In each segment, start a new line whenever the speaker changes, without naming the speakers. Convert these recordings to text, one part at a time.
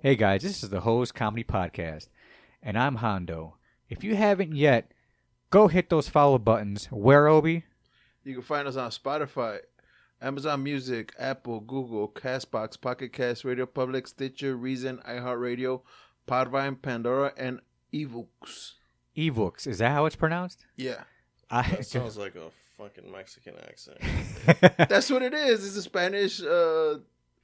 Hey guys, this is the Hose Comedy Podcast, and I'm Hondo. If you haven't yet, go hit those follow buttons. Where Obi?
You can find us on Spotify, Amazon Music, Apple, Google, Castbox, Pocket Cast, Radio Public, Stitcher, Reason, iHeartRadio, Podvine, Pandora, and Evooks.
Evooks. Is that how it's pronounced?
Yeah.
I,
That sounds like a fucking Mexican accent.
That's what it is. It's a Spanish uh,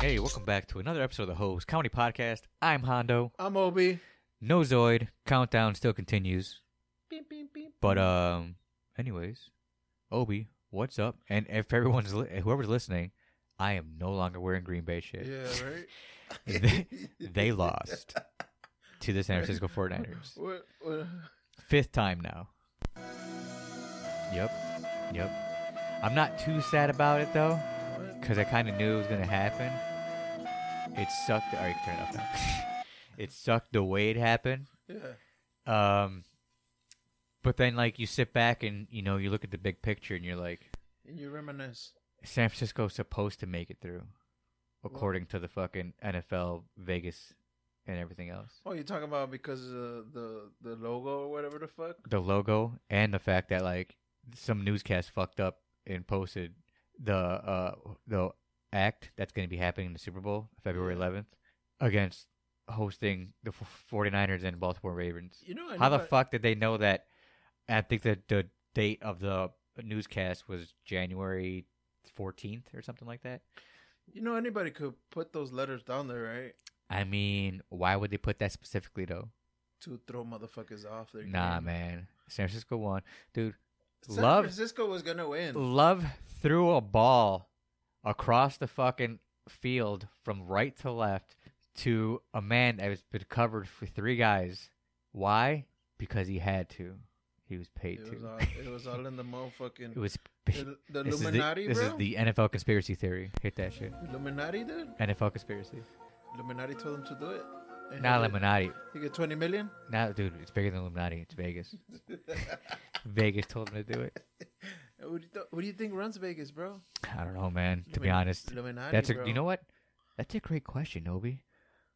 hey welcome back to another episode of the hose comedy podcast i'm hondo
I'm Obi.
No Zoid. Countdown still continues.
Beep, beep, beep.
But um, anyways, Obi, what's up? And if everyone's li- whoever's listening, I am no longer wearing Green Bay shit.
Yeah, right?
they, they lost to the San Francisco 49ers.
What, what-
Fifth time now. Yep. Yep. I'm not too sad about it though,
what?
because I kind of knew it was gonna happen. It sucked. All right, turn it up now. it sucked the way it happened.
Yeah.
Um, but then like you sit back and you know you look at the big picture and you're like,
And you reminisce.
San Francisco's supposed to make it through, according to the fucking NFL, Vegas, and everything else.
Oh, you're talking about because of the, the, the logo or whatever the fuck?
The logo and the fact that like some newscast fucked up and posted the uh the act that's going to be happening in the Super Bowl February 11th against hosting the 49ers and Baltimore Ravens.
You know, I
How the
never-
fuck did they know that? I think that the date of the newscast was January 14th or something like that.
You know, anybody could put those letters down there, right?
I mean, why would they put that specifically though?
To throw motherfuckers off their
Nah,
game.
man. San Francisco won. Dude,
San
Love-
Francisco was gonna win.
Love threw a ball across the fucking field from right to left to a man that was been covered for three guys. Why? Because he had to. He was paid
It
to.
was, all, it was all in the motherfucking
it was
the, the
This is the-
Illuminati,
this
bro.
is the NFL conspiracy theory. Hit that shit.
Illuminati, dude.
NFL conspiracy.
Illuminati told him to do it. And
Not
he-
Illuminati.
You get twenty million.
Not, dude, it's bigger than Illuminati. It's Vegas. Vegas told him to do it.
What do, you th- what do you think runs Vegas, bro?
I don't know, man. To be
Illumi-
honest,
Illuminati.
that's
bro.
a. You know what? That's a great question, Obi.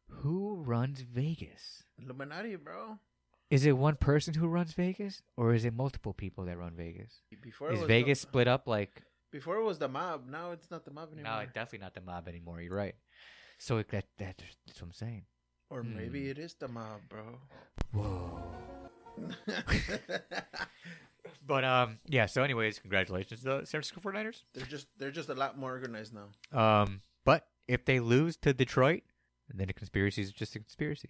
Who runs Vegas?
Illuminati, bro.
Is it one person who runs Vegas, or is it multiple people that run Vegas?
Before it
is
was
Vegas
The,
split up like?
before it was the mob. Now it's not the mob anymore.
No, it's definitely not the mob anymore. You're right. So it, that, that that's what I'm saying.
or
hmm.
maybe it is the mob, bro.
Whoa. But um, yeah. So, anyways, congratulations to the San Francisco 49ers.
they're just they're just a lot more organized now.
Um, but if they lose to Detroit, then a conspiracy is just a conspiracy.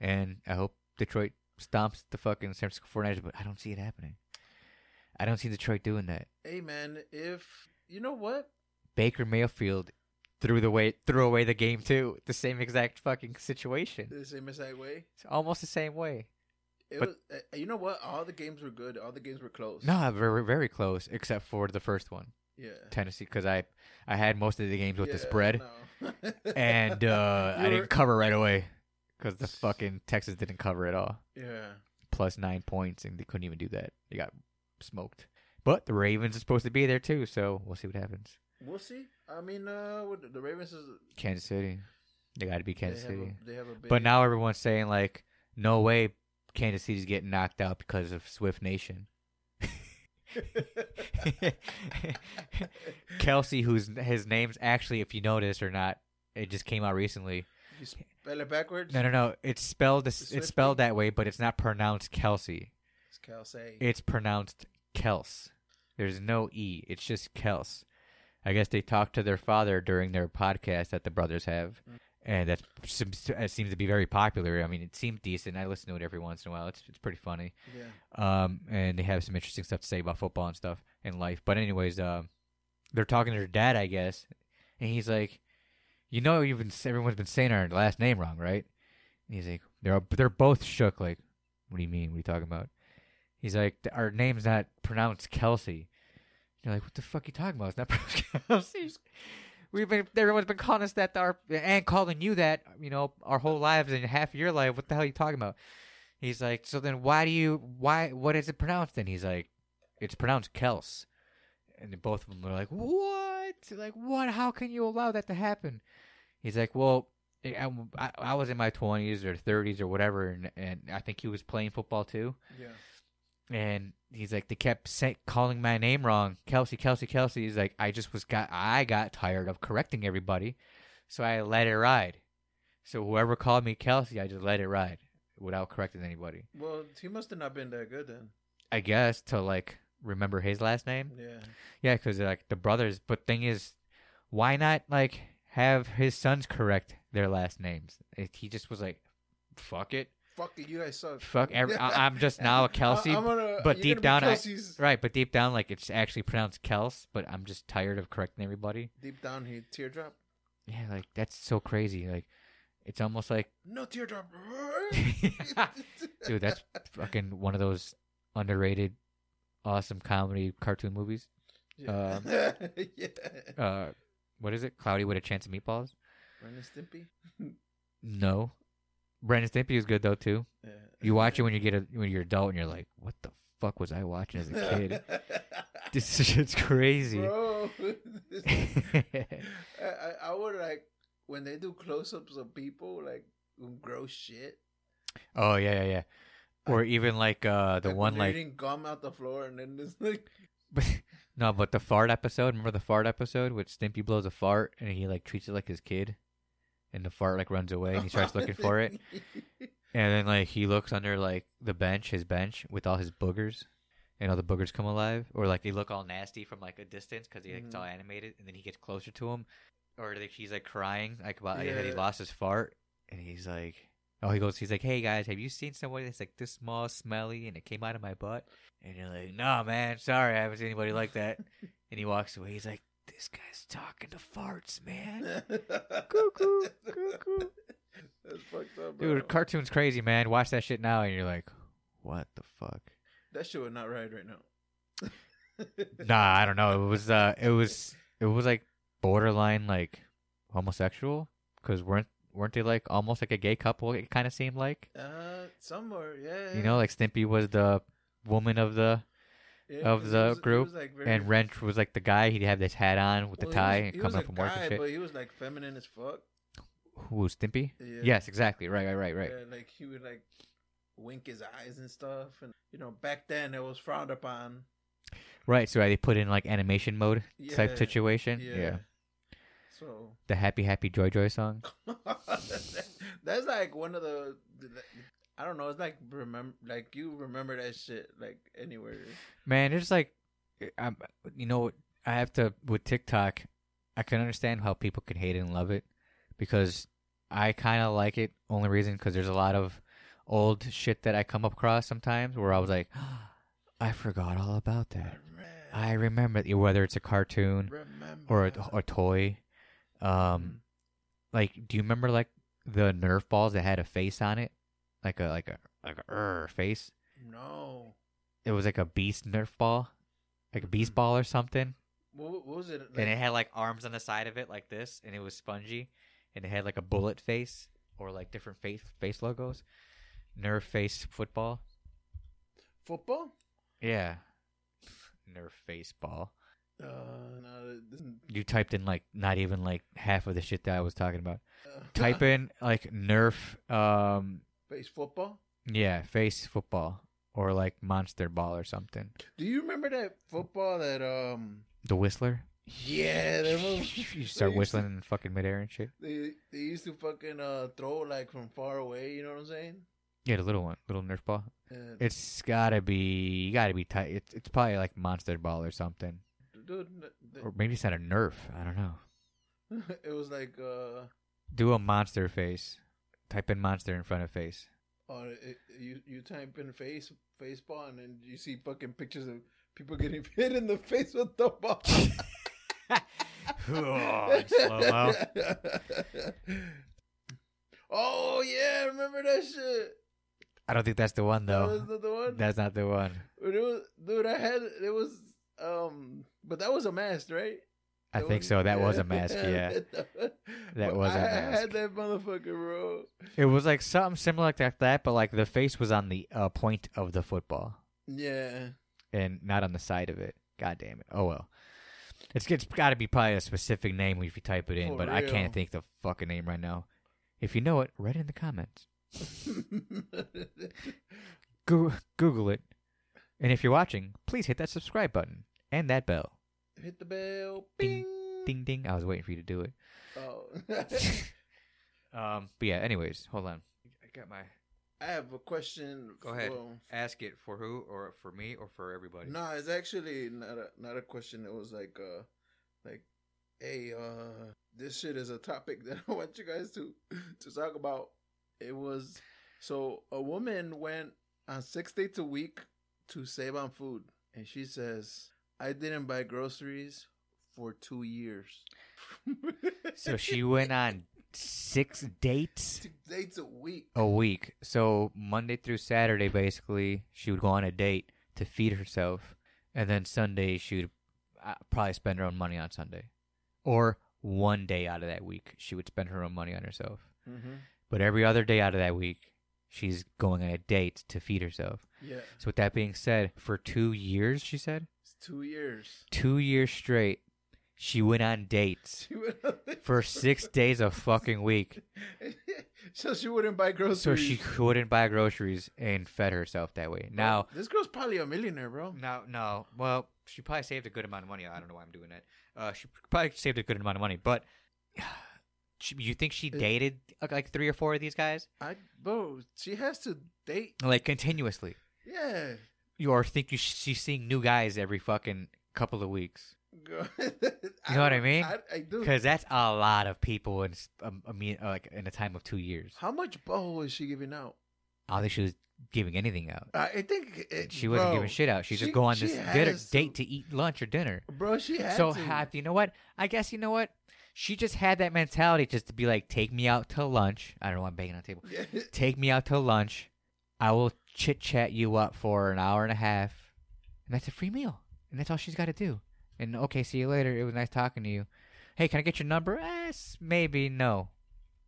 And I hope Detroit stomps the fucking San Francisco 49ers, but I don't see it happening. I don't see Detroit doing that.
Hey, man. If you know what,
Baker Mayfield threw the way threw away the game too. The same exact fucking situation.
the same exact way.
It's almost the same way.
It
But-
was, uh, you know what? All the games were good. All the games were close.
No, very very close except for the first one,
Yeah.
Tennessee, because I I had most of the games with the
Yeah,
spread.
no.
and uh, I
You were-
didn't cover right away because the fucking Texas didn't cover at all.
Yeah.
Plus nine points, and they couldn't even do that. They got smoked. But the Ravens are supposed to be there too, so we'll see what happens.
We'll see. I mean, uh, what- the Ravens is
Kansas City, they got to be
they
Kansas
have,
City.
a, they have a big.
But now everyone's saying like, no way, Kansas City's getting knocked out because of Swift Nation. Kelsey, who's his name's actually, if you notice or not, it just came out recently.
you spell it backwards.
No, no, no. It's spelled
Swift
it's spelled that way, but it's not pronounced Kelsey.
It's Cal say.
It's pronounced Kels. There's no e. It's just Kels. I guess they talked to their father during their podcast that the brothers have, and that seems to- it seems to be very popular. I mean, it seemed decent. I listen to it every once in a while. It's it's pretty funny.
Yeah.
Um, and they have some interesting stuff to say about football and stuff and life. But anyways, um, they're talking to their dad, I guess, and he's like, "You know, you've been everyone's been saying our last name wrong, right?" And he's like, "They're they're both shook. Like, what do you mean? What are you talking about?" He's like, "Our name's not pronounced Kelsey." And you're like, "What the fuck are you talking about? It's not pronounced Kelsey." We've been everyone's been calling us that our and calling you that you know our whole lives and half of your life. What the hell are you talking about? He's like, so then why do you why what is it pronounced? And he's like, it's pronounced Kels. And then both of them are like, what? Like what? How can you allow that to happen? He's like, well, eh, I, I, I was in my twenties or thirties or whatever, and and I think he was playing football too
Yeah.
and he's like they kept say, calling my name wrong kelsey kelsey kelsey he's like i just was got i got tired of correcting everybody so i let it ride so whoever called me kelsey i just let it ride without correcting anybody
Well, he must have not been that good then.
i guess to like remember his last name
Yeah.
yeah because like the brothers but thing is why not like have his sons correct their last names It- he just was like fuck it
Fuck it, you guys suck.
fuck every, I, i'm just now a kelsey
I- I'm gonna-
but
you're
deep
gonna
down,
be
I-
Kelsey's,
Right, but deep down, like it's actually pronounced Kels, but I'm just tired of correcting everybody.
deep down, he teardrop.
Yeah, like that's so crazy. Like it's almost like,
No teardrop.
dude, that's fucking one of those underrated, awesome comedy cartoon movies.
Yeah.
um,
yeah.
Uh, what is it? Cloudy with a Chance of Meatballs?
Ren and Stimpy.
No, Brandon Stimpy is good though too.
Yeah.
You watch it when you get a, when you're adult, and you're like, what the fuck was I watching as a kid? this shit's crazy.
Bro, this is- I, I, I would like when they do close-ups of people like who gross shit.
oh yeah, yeah, yeah. Or even like uh the
like, when
one
they're
like
eating gum out the floor, and then it's like
no, but the fart episode. Remember the fart episode, which Stimpy blows a fart and he like treats it like his kid, and the fart like runs away and he starts looking for it, and then like he looks under like the bench, his bench with all his boogers, and all the boogers come alive, or like they look all nasty from like a distance because like, it's
Mhm.
all animated, and then he gets closer to him, or like he's like crying like about that he
Yeah.
lost his fart, and he's like. Oh, he goes. He's like, "Hey guys, have you seen somebody that's like this small, smelly, and it came out of my butt?" And you're like, "No, man, sorry, I haven't seen anybody like that." And he walks away. He's like, "This guy's talking to farts, man." Cuckoo, cuckoo.
That's fucked up, bro.
Dude, cartoons crazy, man. Watch that shit now, and you're like, "What the fuck?"
that shit would not ride right now.
Nah, I don't know. It was, uh, it was, it was like borderline like homosexual because weren't weren't they like almost like a gay couple? It kind of seemed like
Uh, somewhere, yeah.
you know, like Stimpy was the woman of the
Yeah,
of
'cause he
the
was- he
group
was, like, very-
and Wrench was like the guy. He'd have this hat on with the
well, he
tie
was- he
and
was
coming
a
up from work
guy,
and shit.
But he was like feminine as fuck.
Who was Stimpy?
Yeah.
Yes, exactly. Right, right, right, right.
Yeah, like he would like wink his eyes and stuff, and you know back then it was frowned upon.
Right, so they put in like animation mode
Yeah,
type situation. Yeah.
So
The happy happy joy joy song.
that's like one of the. I don't know. It's like remember, like you remember that shit like anywhere.
Man, it's like eh, I'm, you know, I have to with TikTok, I can understand how people can hate it and love it because I kind of like it only reason cuz there's a lot of old shit that I come across sometimes where I was like I forgot all about that. I remember it," whether it's a cartoon
remember
or a, a toy. Um, like, do you remember like the Nerf balls that had a face on it, like a like a like a er, face?
no.
It was like a beast Nerf ball, like a beast ball or something,
What, what was it?
and it
Like,
had like arms on the side of it like this, and it was spongy, and it had like a bullet face or like different face face logos. Nerf face football,
football?
yeah. Nerf face ball.
Uh, no, it doesn't-
You typed in like not even like half of the shit that I was talking about.
uh,
Type in like Nerf um
face football.
Yeah, face football or like monster ball or something.
Do you remember that football that um?
The whistler.
Yeah, that was,
you start
they used to-
whistling in fucking midair and shit.
They they used to fucking uh throw like from far away. You know what I'm saying?
Yeah, the little one, little Nerf ball.
Uh,
It's gotta be, you gotta be tight. It's, it's probably like monster ball or something,
dude, n- th-
or maybe it's not a Nerf. I don't know.
it was like uh
Do a monster face. Type in monster in front of face.
Oh, it, you you type in face face ball and then you see fucking pictures of people getting hit in the face with the ball.
oh, slow-mo.
oh yeah, I remember that shit.
I don't think that's the one
That was
though.
not the one.
That's not the one.
But it was, dude, I had it was um, but that was a mask, right?
I
That
think
was-
so. That was a mask. Yeah,
But
was
I
a
had
mask.
that motherfucker, bro.
it was like something similar like that, but like the face was on the uh, point of the football.
Yeah.
and not on the side of it. God damn it. Oh well. It's, it's got to be probably a specific name if you type it in,
For
but I
real.
can't think the fucking name right now. If you know it, write it in the comments. Go- Google it. And if you're watching, please hit that subscribe button and that bell.
Hit the bell.
Ding.
Bing.
Ding ding. I was waiting for you to do it.
Oh.
Um, but yeah, anyways, hold on. I got my
I have a question.
Go ahead.
for-
ask it for who or for me or for everybody.
No, it's actually not a not a question. It was like uh like hey uh this shit is a topic that I want you guys to to talk about. It was so a woman went on six days a week to save on food and she says, I didn't buy groceries for two years.
So she went on six dates.
six days a week.
a week. So Monday through Saturday, basically, she would go on a date to feed herself, and then Sunday she would uh, probably spend her own money on Sunday, or one day out of that week she would spend her own money on herself.
Mm-hmm.
But every other day out of that week, she's going on a date to feed herself.
Yeah.
So with that being said, for two years, she said,
It's two years.
two years straight, she went on dates
She went on this-
for six days a fucking week.
so she wouldn't buy groceries.
So she couldn't buy groceries and fed herself that way. Now,
this girl's probably a millionaire, bro.
No, no. Well, she probably saved a good amount of money. I don't know why I'm doing that. Uh, she probably saved a good amount of money, but she, you think
Uh,
she dated uh, like, like three or four of these guys
I, bro, she has to date.
like continuously?
Yeah,
You or think you, she's seeing new guys every fucking couple of weeks?
girl.
You know what I mean?
I, I do.
Because that's a lot of people in s- um, I mean, uh, like in a time of two years.
How much boho is she giving out?
I don't think she was giving anything out.
I I think it,
She wasn't
bro,
giving shit out. She,
she-
just go on
she
this dinner,
has to.
date to eat lunch or dinner.
Bro, she had
so
to.
happy. You know what? I guess you know what? She just had that mentality just to be like, take me out to lunch. I don't know why I'm banging on the table.
Yeah.
Take me out to lunch. I will chit chat you up for an hour and a half. And that's a free meal. And that's all she's got to do. And okay, see you later. It was nice talking to you. Hey, can I get your number? Yes, maybe no.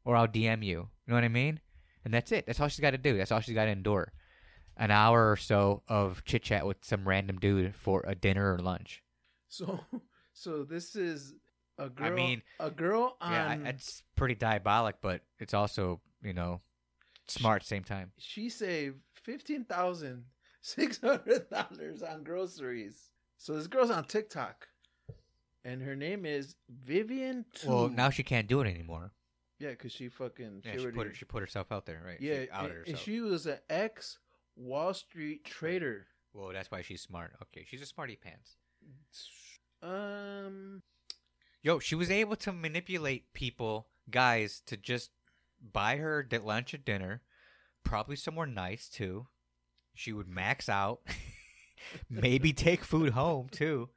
Or I'll DM you. You know what I mean? And that's it. That's all she's got to do. That's all she's got to endure. An hour or so of chit chat with some random dude for a dinner or lunch.
So, so this is a girl.
mean,
a girl on.
Yeah, I- it's pretty diabolic, but it's also you know smart at the same time.
she saved fifteen thousand six hundred dollars on groceries. So this girl's on TikTok, and her name is Vivian. Two.
Well, now she can't do it anymore.
yeah, because she fucking
Yeah, she
already-
put her, she put herself out there, right?
Yeah,
she outed
and, and
herself.
she was an ex Wall Street trader.
Well, that's why she's smart. Okay, she's a smarty pants.
Um,
Yo, she was able to manipulate people, guys, to just buy her di- lunch or dinner, probably somewhere nice too. She would max out, maybe take food home too.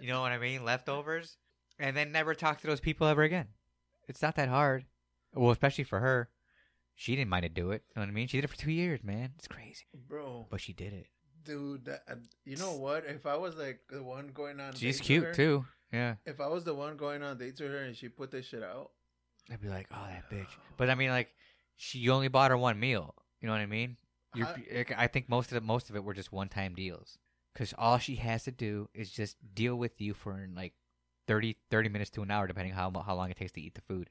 You know what I mean? Leftovers, and then never talk to those people ever again. It's not that hard. Well, especially for her, she didn't mind to do it. You know what I mean? She did it for two years, man. It's crazy,
bro,
but she did it.
dude, that, uh, you know what? If I was like the one going on,
She's
dates with
cute
her-
too. Yeah.
If I was the one going on dates with her and she put this shit out,
I'd be like, oh, that bitch. But I mean, like, she you only bought her one meal. You know what I mean? You're,
How-
like, I think most of the, most of it were just one time deals. Because all she has to do is just deal with you for like 30, 30 minutes to an hour, depending how mu- how long it takes to eat the food,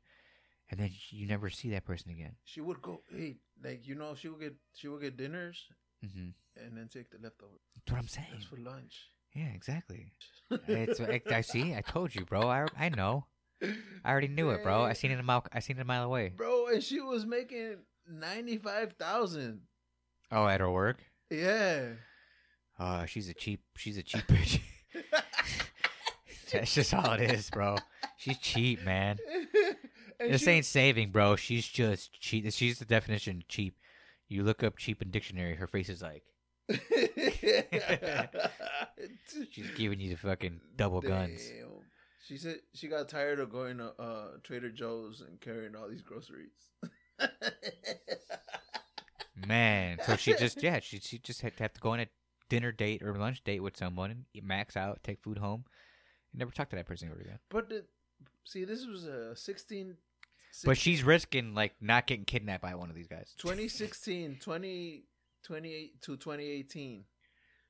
and then you never see that person again.
she would go eat. Like you know, she would get she would get dinners
hmm
and then take the leftovers
That's what I'm saying.
That's for lunch.
Yeah, exactly. it's I, I see. I told you, bro. I, I know. I already knew it, bro. I seen it a mile. I seen it a mile away.
bro, and she was making ninety five thousand.
Oh, at her work.
Yeah,
Oh, she's a cheap. She's a cheap bitch. That's just all it is, bro. She's cheap, man.
and
this
she-
ain't saving, bro. She's just cheap. She's the definition of cheap. You look up cheap in dictionary, her face is like she's giving you the fucking double guns.
Damn. She said she got tired of going to uh, Trader Joe's and carrying all these groceries.
Man, so she just yeah, she she just had to have to go on a dinner date or lunch date with someone and eat- max out, take food home, and never talk to that person ever again.
but the, see, this was a 16,
But she's risking like not getting kidnapped by one of these guys.
2016, 20, 28 to 2018.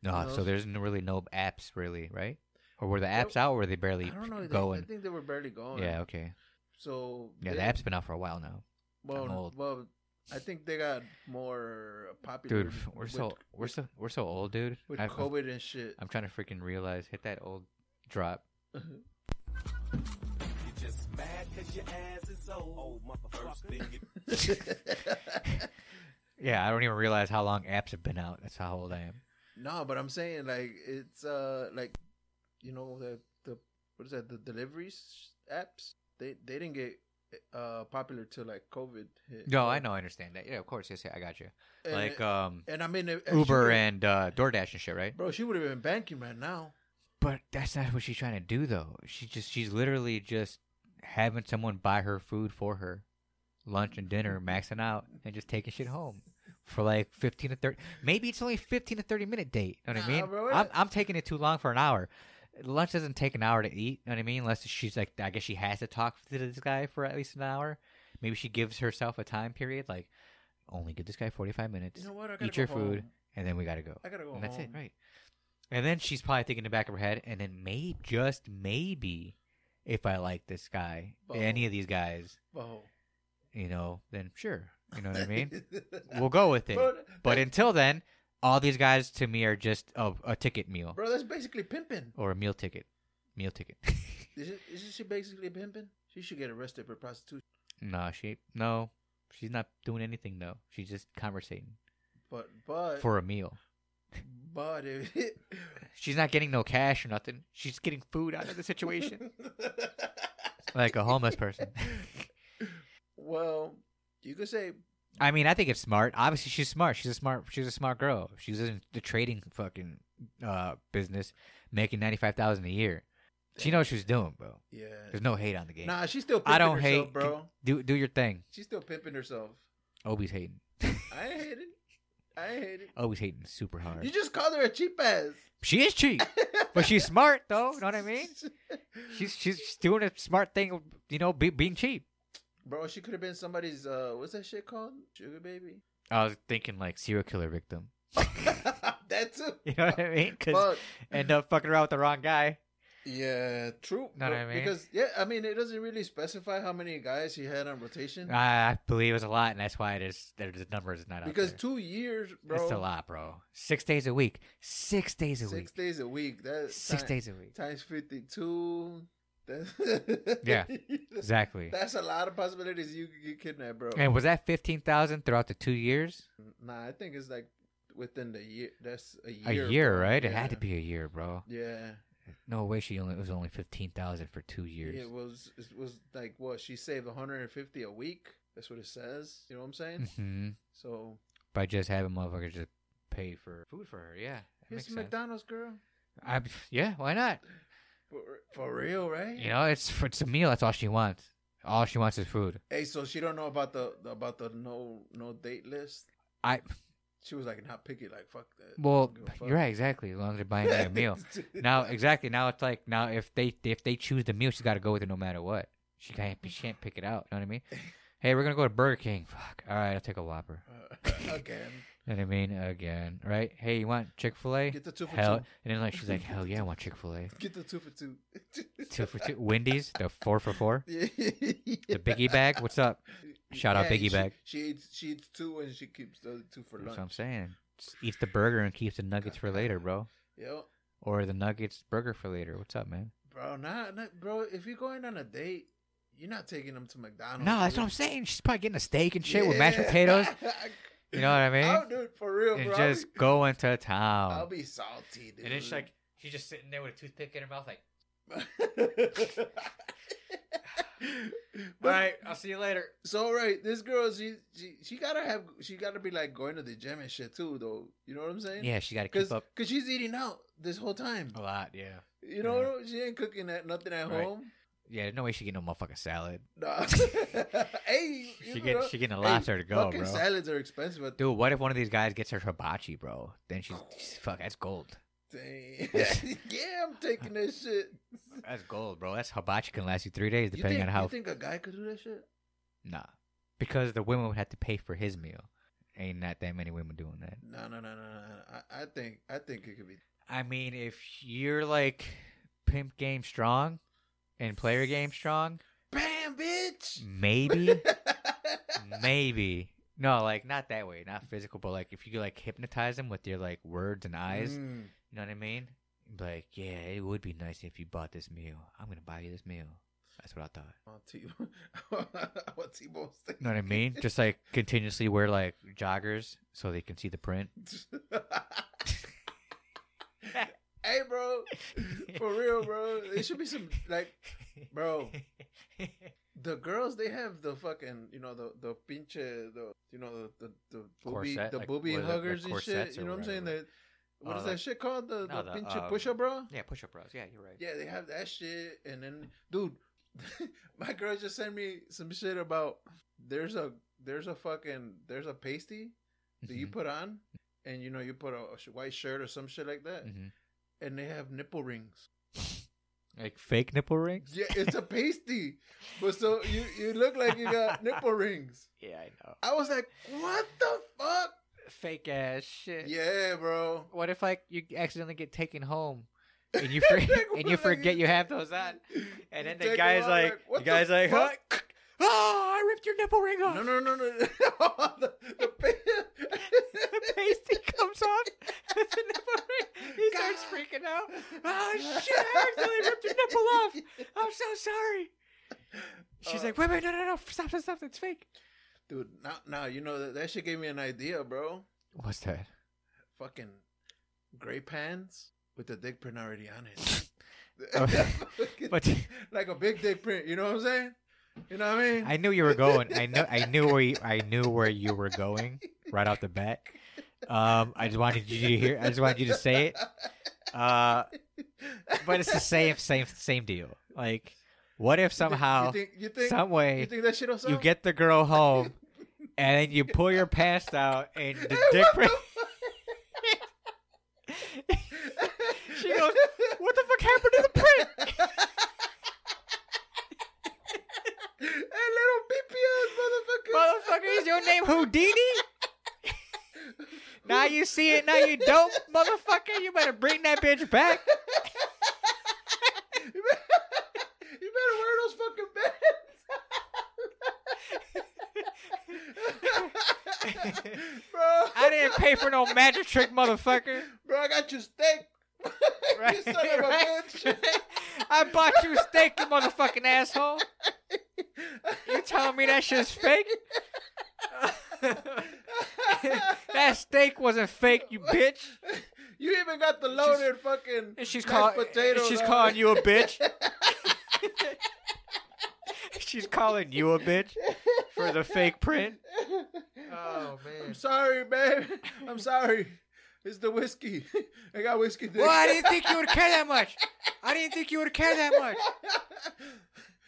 No,
No.
so there's no, really no apps, really, right? Or were the
Yeah,
apps out, or were they
I
barely
don't know. They, I
going?
think they were barely going.
Yeah, okay.
So
Yeah,
they-
the app's been out for a while now.
well,
I'm old.
well, I think they got more popular.
Dude, we're
with-
so we're so we're so old, dude.
with
I've-
COVID and shit.
I'm trying to freaking realize. Hit that old drop.
You're just mad cause your ass is old. Oh, First thing you
Yeah, I don't even realize how long apps have been out. That's how old I am.
No, but I'm saying like it's uh like you know the the what is that the deliveries apps they they didn't get uh popular till like COVID hit.
No, I know, I understand that. Yeah, of course. Yes, yeah, I got you.
And-
like um,
And I mean if- if she
Uber
would've-
and uh, DoorDash and shit, right?
bro, she would have been banking right now.
But that's not what she's trying to do, though. She just she's literally just having someone buy her food for her, lunch and dinner, maxing out, and just taking shit home for like fifteen to thirty. Maybe it's only a fifteen to thirty minute date. You know what I
Nah,
mean?
bro,
I'm
it-
I'm taking it too long for an hour. Lunch doesn't take an hour to eat. You know what I mean? Unless she's like, I guess she has to talk to this guy for at least an hour. Maybe she gives herself a time period, like only give this guy forty five minutes.
You know what? I gotta
eat your
go
food,
home.
and then we gotta go.
I gotta go
And that's it,
home.
right? And then she's probably thinking in the back of her head, and then maybe, just maybe, if I like this guy,
Bo.
any of these guys,
Bro.
you know, then sure. You know what I mean? we'll go with it.
Bro,
but until then, all these guys to me are just a, a ticket meal
Bro, that's basically pimping.
or a meal ticket. Meal ticket.
Isn't, isn't she basically pimping? She should get arrested for prostitution.
no, she, no, she's not doing anything though. She's just conversating
But but
for a meal.
but if
She's not getting no cash or nothing. She's getting food out of the situation. like a homeless person.
well, you could say
I mean, I think it's smart. Obviously, she's smart. She's a smart. She's a smart girl. She's in the trading fucking uh, business, making ninety five thousand a year. She knows what she's doing, bro.
yeah.
There's no hate on the game.
Nah, she's still pimping
I don't
herself,
hate,
bro.
Do do your thing.
She's still pimping herself.
Obi's hating.
I ain't hating. I ain't hating.
Obi's hating super
You
hard.
just called her a cheap ass.
She is cheap, but she's smart though. Oh, Know what I mean? She's she's she's doing a smart thing. You know, be, being cheap.
Bro, she could have been somebody's uh what's that shit called? Sugar baby.
I was thinking like serial killer victim.
that too.
You know what I mean? Because
Fuck.
end up fucking around with the wrong guy.
Yeah, true.
Know what
bro,
I mean?
Because yeah, I mean it doesn't really specify how many guys he had on rotation.
I I believe it's a lot, and that's why it is. There's the numbers is not out
because
there.
two years, bro.
It's a lot, bro. Six days a week. Six days a
Six
week.
days a week. That's
Six days a week.
times fifty two. That's
Yeah, Exactly.
That's a lot of possibilities you could get kidnapped, bro.
And was that fifteen thousand throughout the two years?
Nah, I think it's like within the year. That's a
A
year.
year,
bro.
right? It had
Yeah.
to be a year, bro.
Yeah,
No way. She only it was only fifteen thousand for two years.
it was. It was like what she saved 150 a week. That's what it says. You know what I'm saying?
hmm
so
By just having motherfuckers just pay for food for her. Yeah, that
here's
makes
some
sense.
McDonald's girl.
I, yeah, why not?
For, for real, right?
You know, it's it's a meal. That's all she wants. All she wants is food.
Hey, so she don't know about the about the no no date list.
I
She was like not picky. Like fuck that. I
well,
don't give a fuck.
you're right. Exactly. As long as they're buying her a meal. now exactly now it's like now if they if they choose the meal she's got to go with it no matter what she can't she can't pick it out you know what i mean hey we're gonna go to burger king fuck all right i'll take a whopper
Uh, again,
you know what i mean again right hey you want chick-fil-a
Get the two for
hell
two.
and then like she's like hell yeah i want chick-fil-a
get the two for two.
two for two wendy's the four for four
Yeah.
the biggie bag what's up shout out
Yeah,
biggie
she-
bag
She eats she eats two and she keeps the other two for
that's what i'm
lunch.
saying Just eats the burger and keeps the nuggets for later bro
Yo,
or the nuggets burger for later what's up man
bro, nah, nah, bro. If you're going on a date, you're not taking them to McDonald's.
no that's what i'm saying she's probably getting a steak and shit with mashed potatoes you know what i mean
I'll do it Oh, for real,
and
bro.
just going to town.
I'll, be, I'll be salty, dude.
and it's like she's just sitting there with a toothpick in her mouth, like All right, I'll see you later.
So right, this girl, she, she she gotta have she gotta be like going to the gym and shit too, though. You know what I'm saying?
Yeah, she got to
Cause,
keep up
'cause she's eating out this whole time.
a lot. Yeah,
You know, she ain't cooking at nothing at
Right.
home.
yeah. There's no way she get no motherfucking salad.
Nah. hey, you
She get
know-
she getting a
hey,
lobster to go,
fucking
bro.
salads are expensive. But
Dude, what if one of these guys gets her hibachi, bro? Then she's fuck. That's gold.
dang. yeah, I'm taking that shit.
That's gold, bro. That's hibachi can last you three days,
You
depending
think,
on how.
you think a guy could do that shit?
nah, because the women would have to pay for his meal. Ain't not that many women doing that.
No, no, no, no, no. no. I, I think I think it could be.
I mean, if you're like pimp game strong and player game strong,
Bam, bitch.
maybe, maybe. No, like not that way, not physical, but like if you could like hypnotize them with your like words and eyes,
Mm.
you know what I mean? Be Like, yeah, it would be nice if you bought this meal. I'm gonna buy you this meal. That's what I thought.
I want T- I want T-Bone's thing.
You know what I mean? Just like continuously wear like joggers so they can see the print.
hey, bro, for real, bro. There should be some like, bro. The girls, they have the fucking, you know, the the pinche, the you know, the the, the booby,
Corset,
the
like,
booby
what is it, like
huggers and shit.
corsets or
You know what I'm saying?
whatever.
That what
Oh,
is that
like-
shit called? The,
no,
the,
the,
pinche
um,
push-up, bro.
yeah, push up bras. Yeah, you're right.
Yeah, they have that shit, and then, dude, my girl just sent me some shit about there's a there's a fucking there's a pasty that
Mm-hmm.
you put on, and you know you put a, sh- white shirt or some shit like that,
Mhm.
and they have nipple rings.
Like fake nipple rings?
Yeah, it's a pasty, but so you you look like you got nipple rings.
Yeah, I know.
I was like, what the fuck?
Fake ass shit.
Yeah, bro.
What if like you accidentally get taken home and you for- and you forget you have those on, and then the
Take them
guy's
off,
like,
what
the guy's like,
fuck?
huh? oh, I ripped your nipple ring off.
No, no, no, no. the, the
the
pa-
pasty comes off. the nipple ring. He starts
God.
freaking out. Oh shit! I accidentally ripped your nipple off. I'm so sorry. She's
Uh,
like, wait, wait, no, no, no, stop, stop, stop. That's fake.
Dude, now, now you know that, that shit gave me an idea, bro.
What's that?
Fucking gray pants with the dick print already on it. Fucking-
Oh, But
like a big dick print, you know what I'm saying? You know what I mean?
I knew you were going. I know. I knew where. You, I knew where you were going right off the bat. Um, I just wanted you to hear. I just wanted you to say it. Uh, but it's the same, same, same deal. Like, what if somehow,
you think you think,
some way,
you
you,
think that shit will sell?
get the girl home, and then you pull your pants out, and the
Hey,
dick
what
print. she goes, "What the fuck happened to the print?"
Hey, little BPS, motherfucker.
Motherfucker, is your name Houdini? now you see it, now you don't, motherfucker. You better bring that bitch back.
You better, you better wear those fucking bands. bro,
I didn't pay for no magic trick, motherfucker.
bro, I got you steak.
Right,
you son of a
right.
bitch.
I bought you steak, you motherfucking asshole. You telling me that shit's fake? that steak wasn't fake, you bitch.
you even got the loaded fucking
And she's
mashed
calling.
potatoes
She's
on
calling
it.
you a bitch. she's calling you a bitch for the fake print. Oh
I'm
man.
sorry, babe. I'm sorry. It's the whiskey. I got whiskey. dick.
Well, I didn't think you would care that much. I didn't think you would care that much.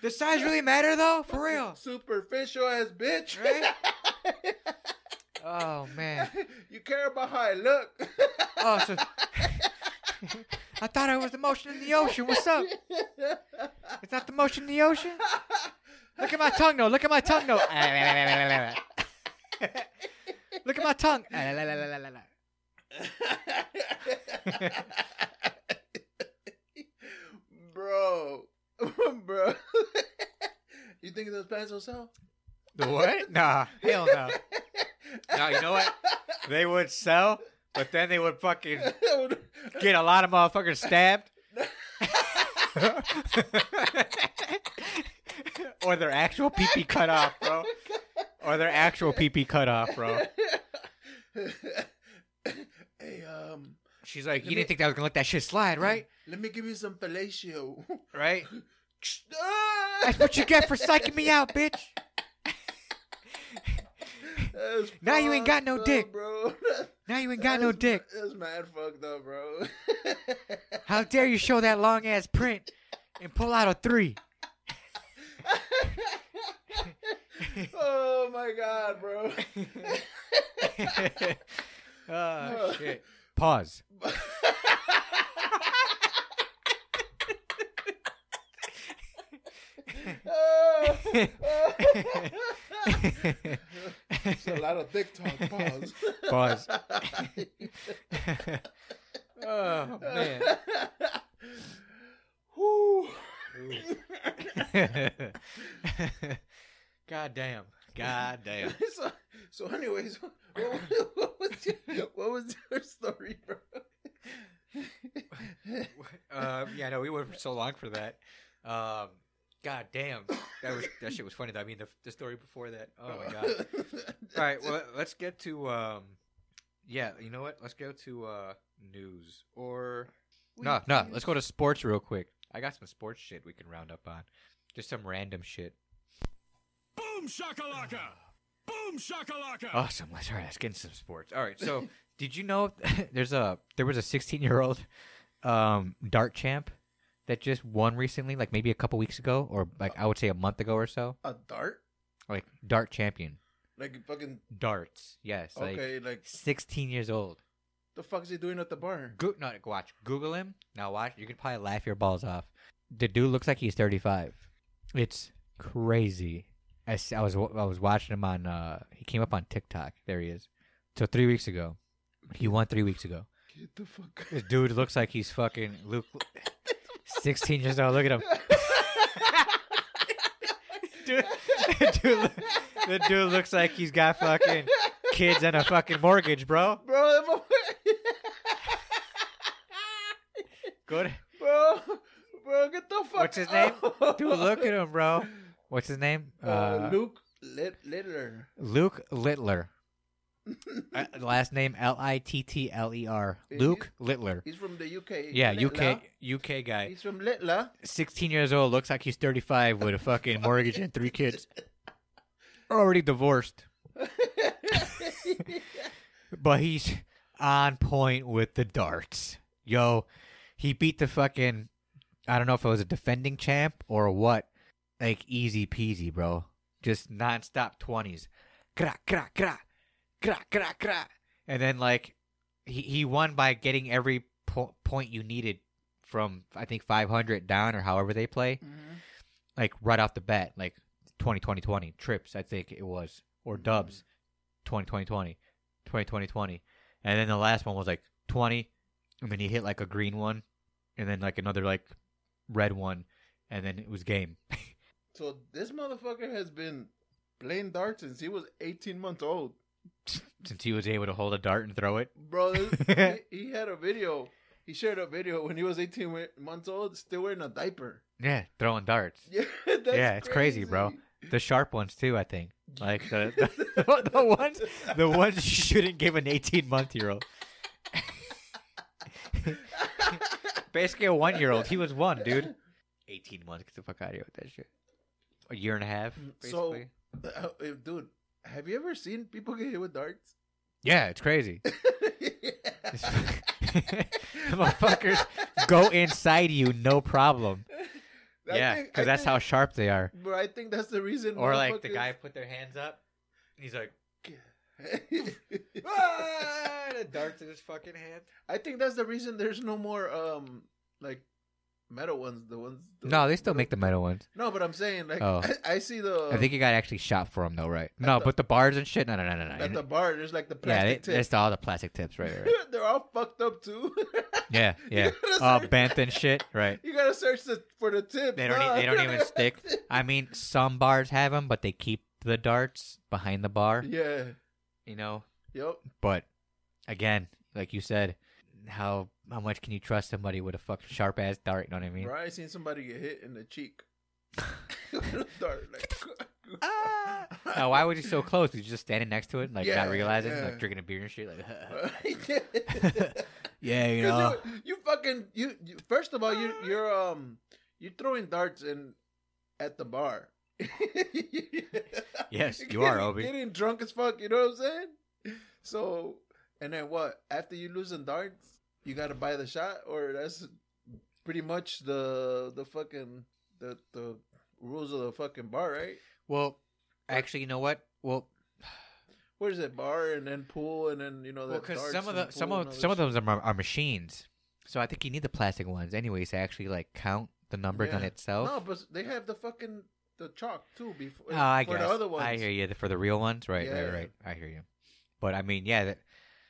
The size really matter though, for real.
Superficial ass bitch.
Right? Oh man.
you care about how I look.
Oh, so I thought it was the motion in the ocean. What's up? It's not the motion in the ocean. Look at my tongue, though. Look at my tongue, though. Look at my tongue.
bro. bro. you think those pants will sell?
The what? Nah, hell no. No, you know what? They would sell, but then they would fucking get a lot of motherfuckers stabbed. or their actual pee cut off, bro. Or their actual pee cut off, bro.
hey, um,
She's like, you
Let me-
didn't think I was gonna let that shit slide, right?
let me give you some fellatio.
Right? That's what you get for psyching me out, bitch.
That's
Now you ain't got no
fucked up,
dick.
bro.
Now you ain't got no dick.
That's mad fucked up, bro.
How dare you show that long ass print and pull out a three?
oh my god, bro.
oh shit. Pause.
Oh. it's a lot of dick talk pause.
Pause. oh man.
Whew.
God damn. God damn.
so, so, anyways, what, what was your, what was your story, bro?
Uh, yeah, no, we went for so long for that. Um, god damn, that was that shit was funny. though. I mean, the, the story before that. Oh my god. All right, well, let's get to um, yeah, you know what? Let's go to uh news or no, no. Let's go to sports real quick. I got some sports shit we can round up on. Just some random shit.
Boom shakalaka! Boom shakalaka!
Awesome. Let's all right. Let's get into some sports. All right. So, did you know there's a there was a 16 year old um, dart champ that just won recently, like maybe a couple weeks ago, or like I would say a month ago or so,
A dart?
like dart champion
Like you fucking
darts. Yes. Like
okay? Like
16 years old.
the fuck is he doing at the bar?
Go- no, watch. Google him. Now watch. You can probably laugh your balls off. The dude looks like he's 35. It's crazy. I, s- I was wa- I was watching him on. Uh, he came up on TikTok. There he is. So three weeks ago, he won three weeks ago.
Get the fuck.
This dude looks like he's fucking Luke, 16 years old. Look at him. dude, the, dude, loo- the dude looks like he's got fucking kids and a fucking mortgage, bro.
Bro, that motherfucker-
Good.
bro, bro, get the fuck.
What's his name?
out.
Dude, look at him, bro. What's his name?
Uh, Luke Lit- Littler.
Luke Littler. Uh, last name L I T T L E R.
Is
Luke Littler.
He's from the UK.
Yeah,
Littler.
UK UK guy.
He's from Littler.
16 years old, looks like he's 35 with a fucking mortgage and three kids. Already divorced. but he's on point with the darts. Yo, he beat the fucking, I don't know if it was a defending champ or what. Like, easy peasy, bro. Just nonstop 20s. Crack, crack, crack. Crack, crack, crack. And then, like, he, he won by getting every po- point you needed from I think 500 down or however they play, like right off the bat, like 20 20 20 trips I think it was or dubs 20 20 20 20 20 20 and then the last one was like 20 and then he hit like a green one and then like another like red one and then it was game.
So this motherfucker has been playing darts since he was 18 months old.
Since he was able to hold a dart and throw it.
Bro, this- he, he had a video. He shared a video when he was 18 wi- months old, still wearing a diaper.
Yeah, throwing darts.
Yeah, that's
yeah, it's crazy, bro. The sharp ones too, I think. Like the the, the ones the ones you shouldn't give an eighteen month year old. Basically a one year old. He was one, dude. Eighteen months, get the fuck out of here with that shit. A year and a half,
Mm, So,
basically.
uh, uh, dude, have you ever seen people get hit with darts?
yeah, it's crazy. It's- the motherfuckers go inside you, no problem.
I
yeah,
think-
because
I
that's
think-
how sharp they are.
Bro, I think that's the reason.
Or like the
motherfuckers-
guy put their hands up, and he's like,
Ah!
ah, the darts in his fucking hand.
I think that's the reason there's no more um like metal ones. The ones. The
No, they still make the metal ones.
No, but I'm saying like
Oh.
I, I see the.
I think you got actually shot for them though, right? No,
the-
but the bars and shit. No, no, no, no, no.
at the bar there's like the
yeah, they,
plastic
that's
tips.
all the plastic tips, right? right, right.
They're all fucked up too.
yeah, yeah. All bent and shit, right?
you gotta search the, for the tips.
They don't.
huh?
e- They don't even stick. I mean, some bars have them, but they keep the darts behind the bar.
Yeah.
You know,
Yep.
but again, like you said, how how much can you trust somebody with a fucking sharp ass dart? You know what I mean?
Bro, I seen somebody get hit in the cheek. Dart, like,
Ah! Now, why was you so close? Did you just standing next to it, and, like
Yeah,
not realizing,
yeah.
like drinking a beer and shit? Like,
Because
yeah, you
you, you fucking you, you. First of all, you you're um you throwing darts and at the bar.
Yes, you are, Obi.
Getting drunk as fuck, you know what I'm saying? So, and then what? After you losing darts, you gotta buy the shot, or that's pretty much the the fucking the the rules of the fucking bar, right?
Well, actually, you know what? Well,
What is it? Bar and then pool and then you know the
because
darts
some of
and
the some
pool and
of
all
some of
that
those are, are machines, so I think you need the plastic ones anyways to actually like count the numbers on
Yeah.
itself.
No, but they have the fucking the chalk too before
Oh, I
for
guess.
the other ones.
I hear you. For the real ones, right?
Yeah.
Right? Right? I hear you. But I mean, yeah, that,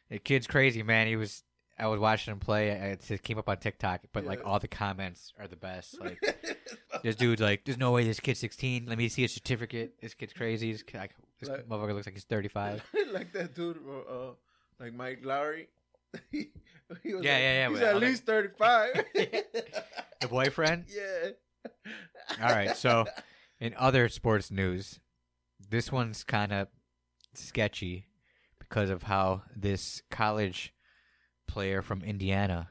the kid's crazy, man. He was. I was watching him play. I- It just came up on TikTok, but like
Yeah.
all the comments are the best. Like this dude's like, "There's no way this kid's 16. Let me see his certificate. This kid's crazy. This, kid, like, this
Right.
motherfucker looks like he's 35."
like that dude, uh, uh, like Mike Lowry. he was
yeah,
yeah,
yeah,
He's
but
at
other-
least thirty five.
the boyfriend.
yeah.
All right. So, in other sports news, this one's kind of sketchy because of how this college player from Indiana,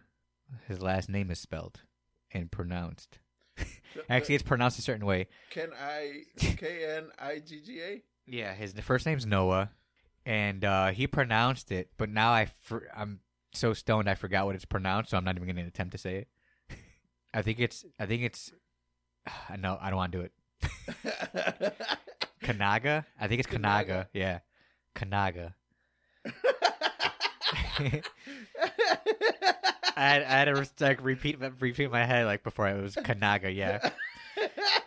his last name is spelled and pronounced. Actually, it's pronounced a certain way.
Can I K N I G G A?
Yeah, his the first name's Noah, and uh, he pronounced it, but now I for, I'm so stoned I forgot what it's pronounced, so I'm not even going to attempt to say it. I think it's I think it's no, I don't want to do it. Kanaga? I think it's Kanaga. Yeah. Kanaga. I, had, I had to re- like repeat repeat my head like before it was Kanaga, yeah.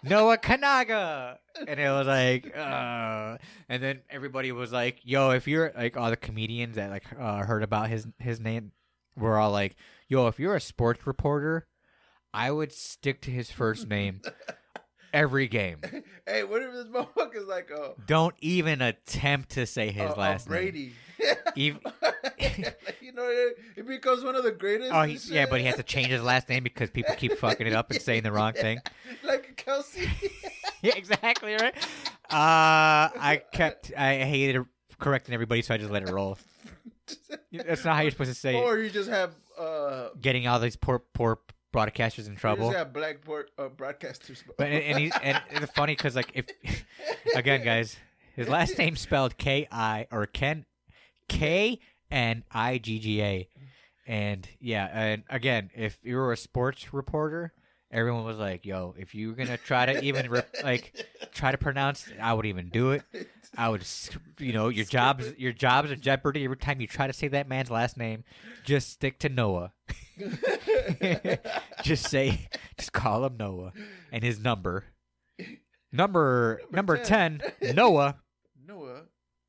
Noah Kanaga. And it was like uh and then everybody was like, "Yo, if you're like all the comedians that like uh, heard about his his name were all like, "Yo, if you're a sports reporter, I would stick to his first name every game."
hey, what if this motherfucker's like uh, a
Don't even attempt to say his
a- a
last name.
Oh, Brady?
Even,
Like, you know, it becomes one of the greatest.
oh,
and
he,
shit.
yeah, but he has to change his last name because people keep fucking it up and saying the wrong thing.
like Kelsey.
Yeah, exactly right. Uh, I kept, I hated correcting everybody, so I just let it roll. That's not how you're supposed to say it.
or you just have uh,
Getting all these poor, poor broadcasters in
you
trouble.
just have black port, uh, broadcasters.
But and, and he's and it's funny because like if again guys, his last name spelled K I or Ken K N I G G A, and yeah, and again, if you were a sports reporter, everyone was like, "Yo, if you were gonna try to even re- like try to pronounce, I would even do it. I would, s- you know, your jobs your jobs are jeopardy every time you try to say that man's last name. Just stick to Noah." just say, just call him Noah and his number. Number number, 10. Noah.
Noah.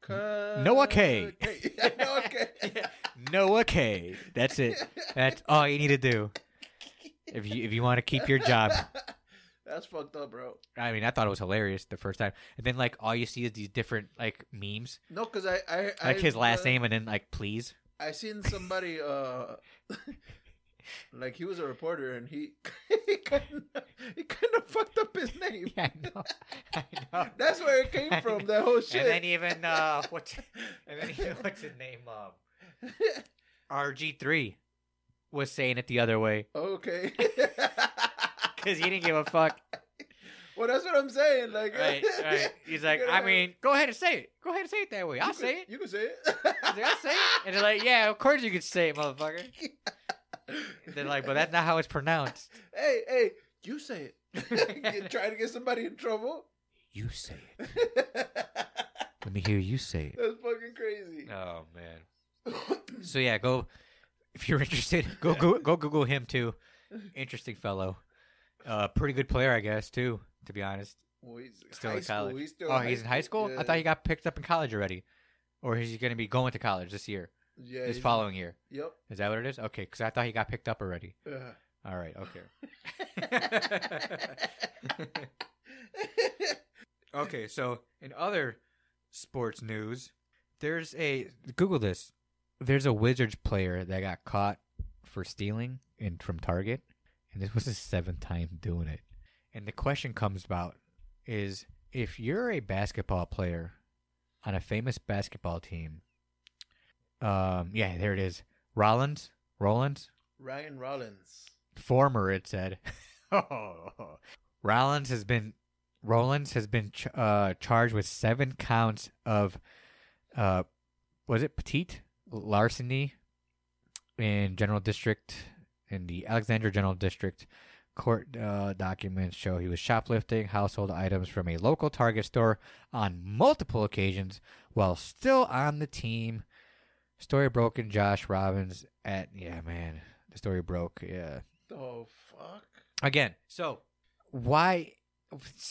K-
Noah K.
Noah K.
Noah K. That's it. That's all you need to do. If you if you want to keep your job.
That's fucked up, bro.
I mean, I thought it was hilarious the first time. And then like all you see is these different like memes.
No, because I, I,
Like
I-
his last
uh,
name and then like please.
I seen somebody uh like he was a reporter and he he kind of, he kind of fucked up his name.
Yeah, I know. I know.
That's where it came from. That whole shit.
And then even uh what and then even what's his name um RG3 was saying it the other way.
okay.
because he didn't give a fuck.
well, that's what I'm saying. Like,
Right, right. He's like,
You gotta
I
have-
mean, go ahead and say it. Go ahead and say it that way. I'll
you could-
say it.
You can say
He's like, I'll say it. And they're like, yeah, of course you can say it, motherfucker.
it.
They're like, but that's not how it's pronounced.
hey, hey, you say it. you trying to get somebody in trouble?
You say it.
that's
Let me hear you say it.
fucking crazy.
Oh man. So yeah, go if you're interested. Go go go Google him too. Interesting fellow. Uh, pretty good player, I guess, too. To be honest,
Well, he's
still
high
in college.
School. He's still
oh, he's in high school.
Yeah.
I thought he got picked up in college already, or is he going to be going to college this year,
yeah,
this
he's-
following year?
Yep.
Is that what it is? Okay, because I thought he got picked up already.
Uh.
All right, okay. okay, so in other sports news, there's a Google this. There's a Wizards player that got caught for stealing in from Target, and this was his seventh time doing it. And the question comes about is if you're a basketball player on a famous basketball team, um, yeah, there it is. Rollins, Rollins,
Ryan Rollins.
former, it said. Rollins has been Rollins has been ch- uh, charged with seven counts of, uh, was it petite larceny in General District, in the Alexandria General District. Court uh, documents show he was shoplifting household items from a local Target store on multiple occasions while still on the team. Story broken. Josh Robbins at yeah man, the story broke. Yeah,
Oh fuck!
again so why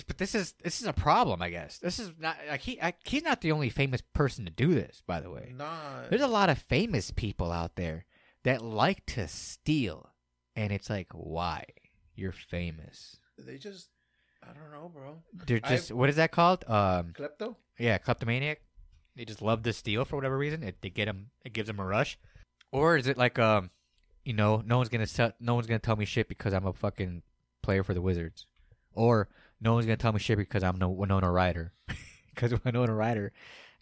but this is this is a problem i guess this is not like he I, he's not the only famous person to do this by the way
Nah.
there's a lot of famous people out there that like to steal and it's like why you're famous
They just, I don't know, bro.
they're
I've-
just what is that called um
Klepto?
yeah kleptomaniac they just love to steal for whatever reason it they get them it gives them a rush or is it like um you know no one's gonna sell, no one's gonna tell me shit because i'm a fucking player for the wizards or no one's gonna tell me shit because i'm no winona ryder because winona ryder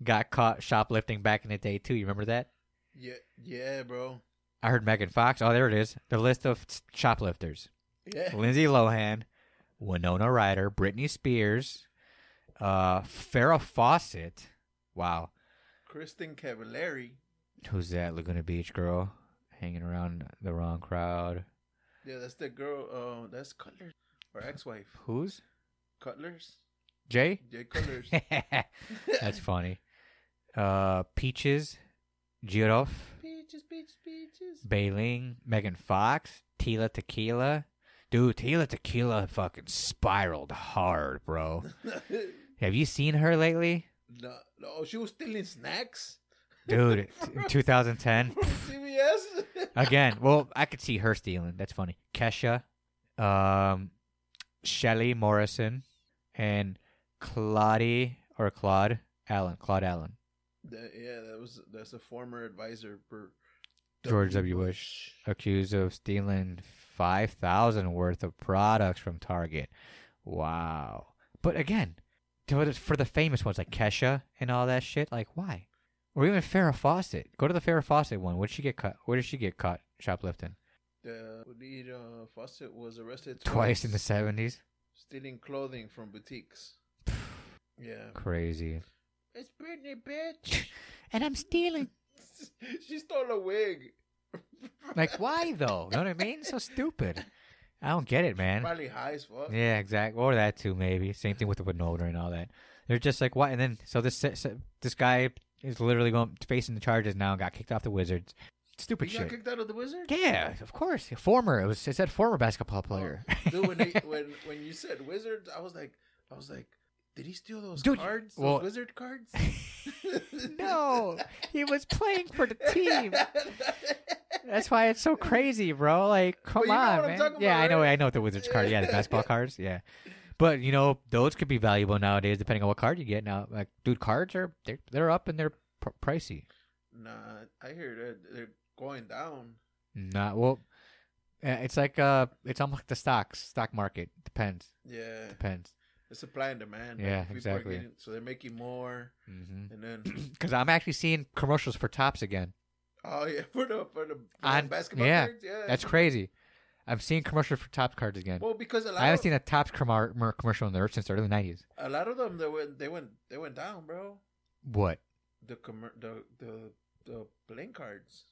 got caught shoplifting back in the day too you remember that
Yeah, yeah, bro.
i heard megan fox oh there it is the list of s- shoplifters
Yeah.
lindsay lohan winona ryder britney spears uh farrah fawcett wow
Kristen Cavallari.
who's that Laguna Beach girl hanging around the wrong crowd?
Yeah, that's the girl. Uh, that's Cutler, or ex-wife
Who's
Cutler's.
Jay?
Jay Cutler's.
That's funny. Uh, Peaches, Giroff,
peaches, peaches, peaches.
Bailing, Megan Fox, Tila Tequila. Dude, Tila Tequila fucking spiraled hard, bro. Have you seen her lately?
no, no, oh, she was stealing snacks
Dude, in 2010.
from CVS.
Again, well, I could see her stealing. That's funny. Kesha, um, Shelly Morrison, and Claudie or Claude Allen. Claude Allen.
That- yeah, that was that's a former advisor for
George W. Bush accused of stealing five thousand worth of products from Target. Wow. But again, to the- for the famous ones like Kesha and all that shit, like why? Or even Farrah Fawcett. Go to the Farrah Fawcett one. Where'd she get cut? Where did she get caught shoplifting?
The lead uh, Fawcett was arrested
Twice in the seventies.
stealing clothing from boutiques. yeah,
Crazy.
it's Britney, bitch.
and I'm stealing.
she stole a wig.
Like, why though? You know what I mean? So stupid. I don't get it, man.
Probably high as fuck.
Yeah, exactly. Or that too, maybe. Same thing with the Winona and all that. They're just like, why? And then, so this this guy is literally going facing the charges now. and Got kicked off the Wizards. Stupid
he got
shit.
kicked out of the Wizards.
Yeah, of course. Former. It was. It said former basketball player.
Dude, when, they, when when you said Wizards, I was like, I was like, did he steal those
Dude,
cards?
well-
those Wizard cards?
no, he was playing for the team. That's why it's so crazy, bro. Like, come
you know
on,
what I'm
man.
talking
yeah,
about,
I know.
right?
I know the Wizards card. Yeah, the basketball cards. Yeah, but you know those could be valuable nowadays, depending on what card you get. Now, like, dude, cards are they're, they're up and they're pr- pricey.
Nah, I hear they're, they're going down.
Not well. uh, It's like uh, it's almost like the stocks, stock market. Depends,
Yeah,
depends.
the supply and demand.
Yeah,
people are
exactly.
Getting, so they're making more,
Because
and then
Mm-hmm. I'm actually seeing commercials for Tops again.
oh yeah, for the for the, for
On-
the basketball
yeah,
cards. Yeah,
That's crazy. I'm seeing commercials for Tops cards again.
Well, because a lot
I haven't
of,
seen a Tops com- commercial in the since the early '90s.
a lot of them they went they went they went down, bro.
What
The commer the the the playing cards.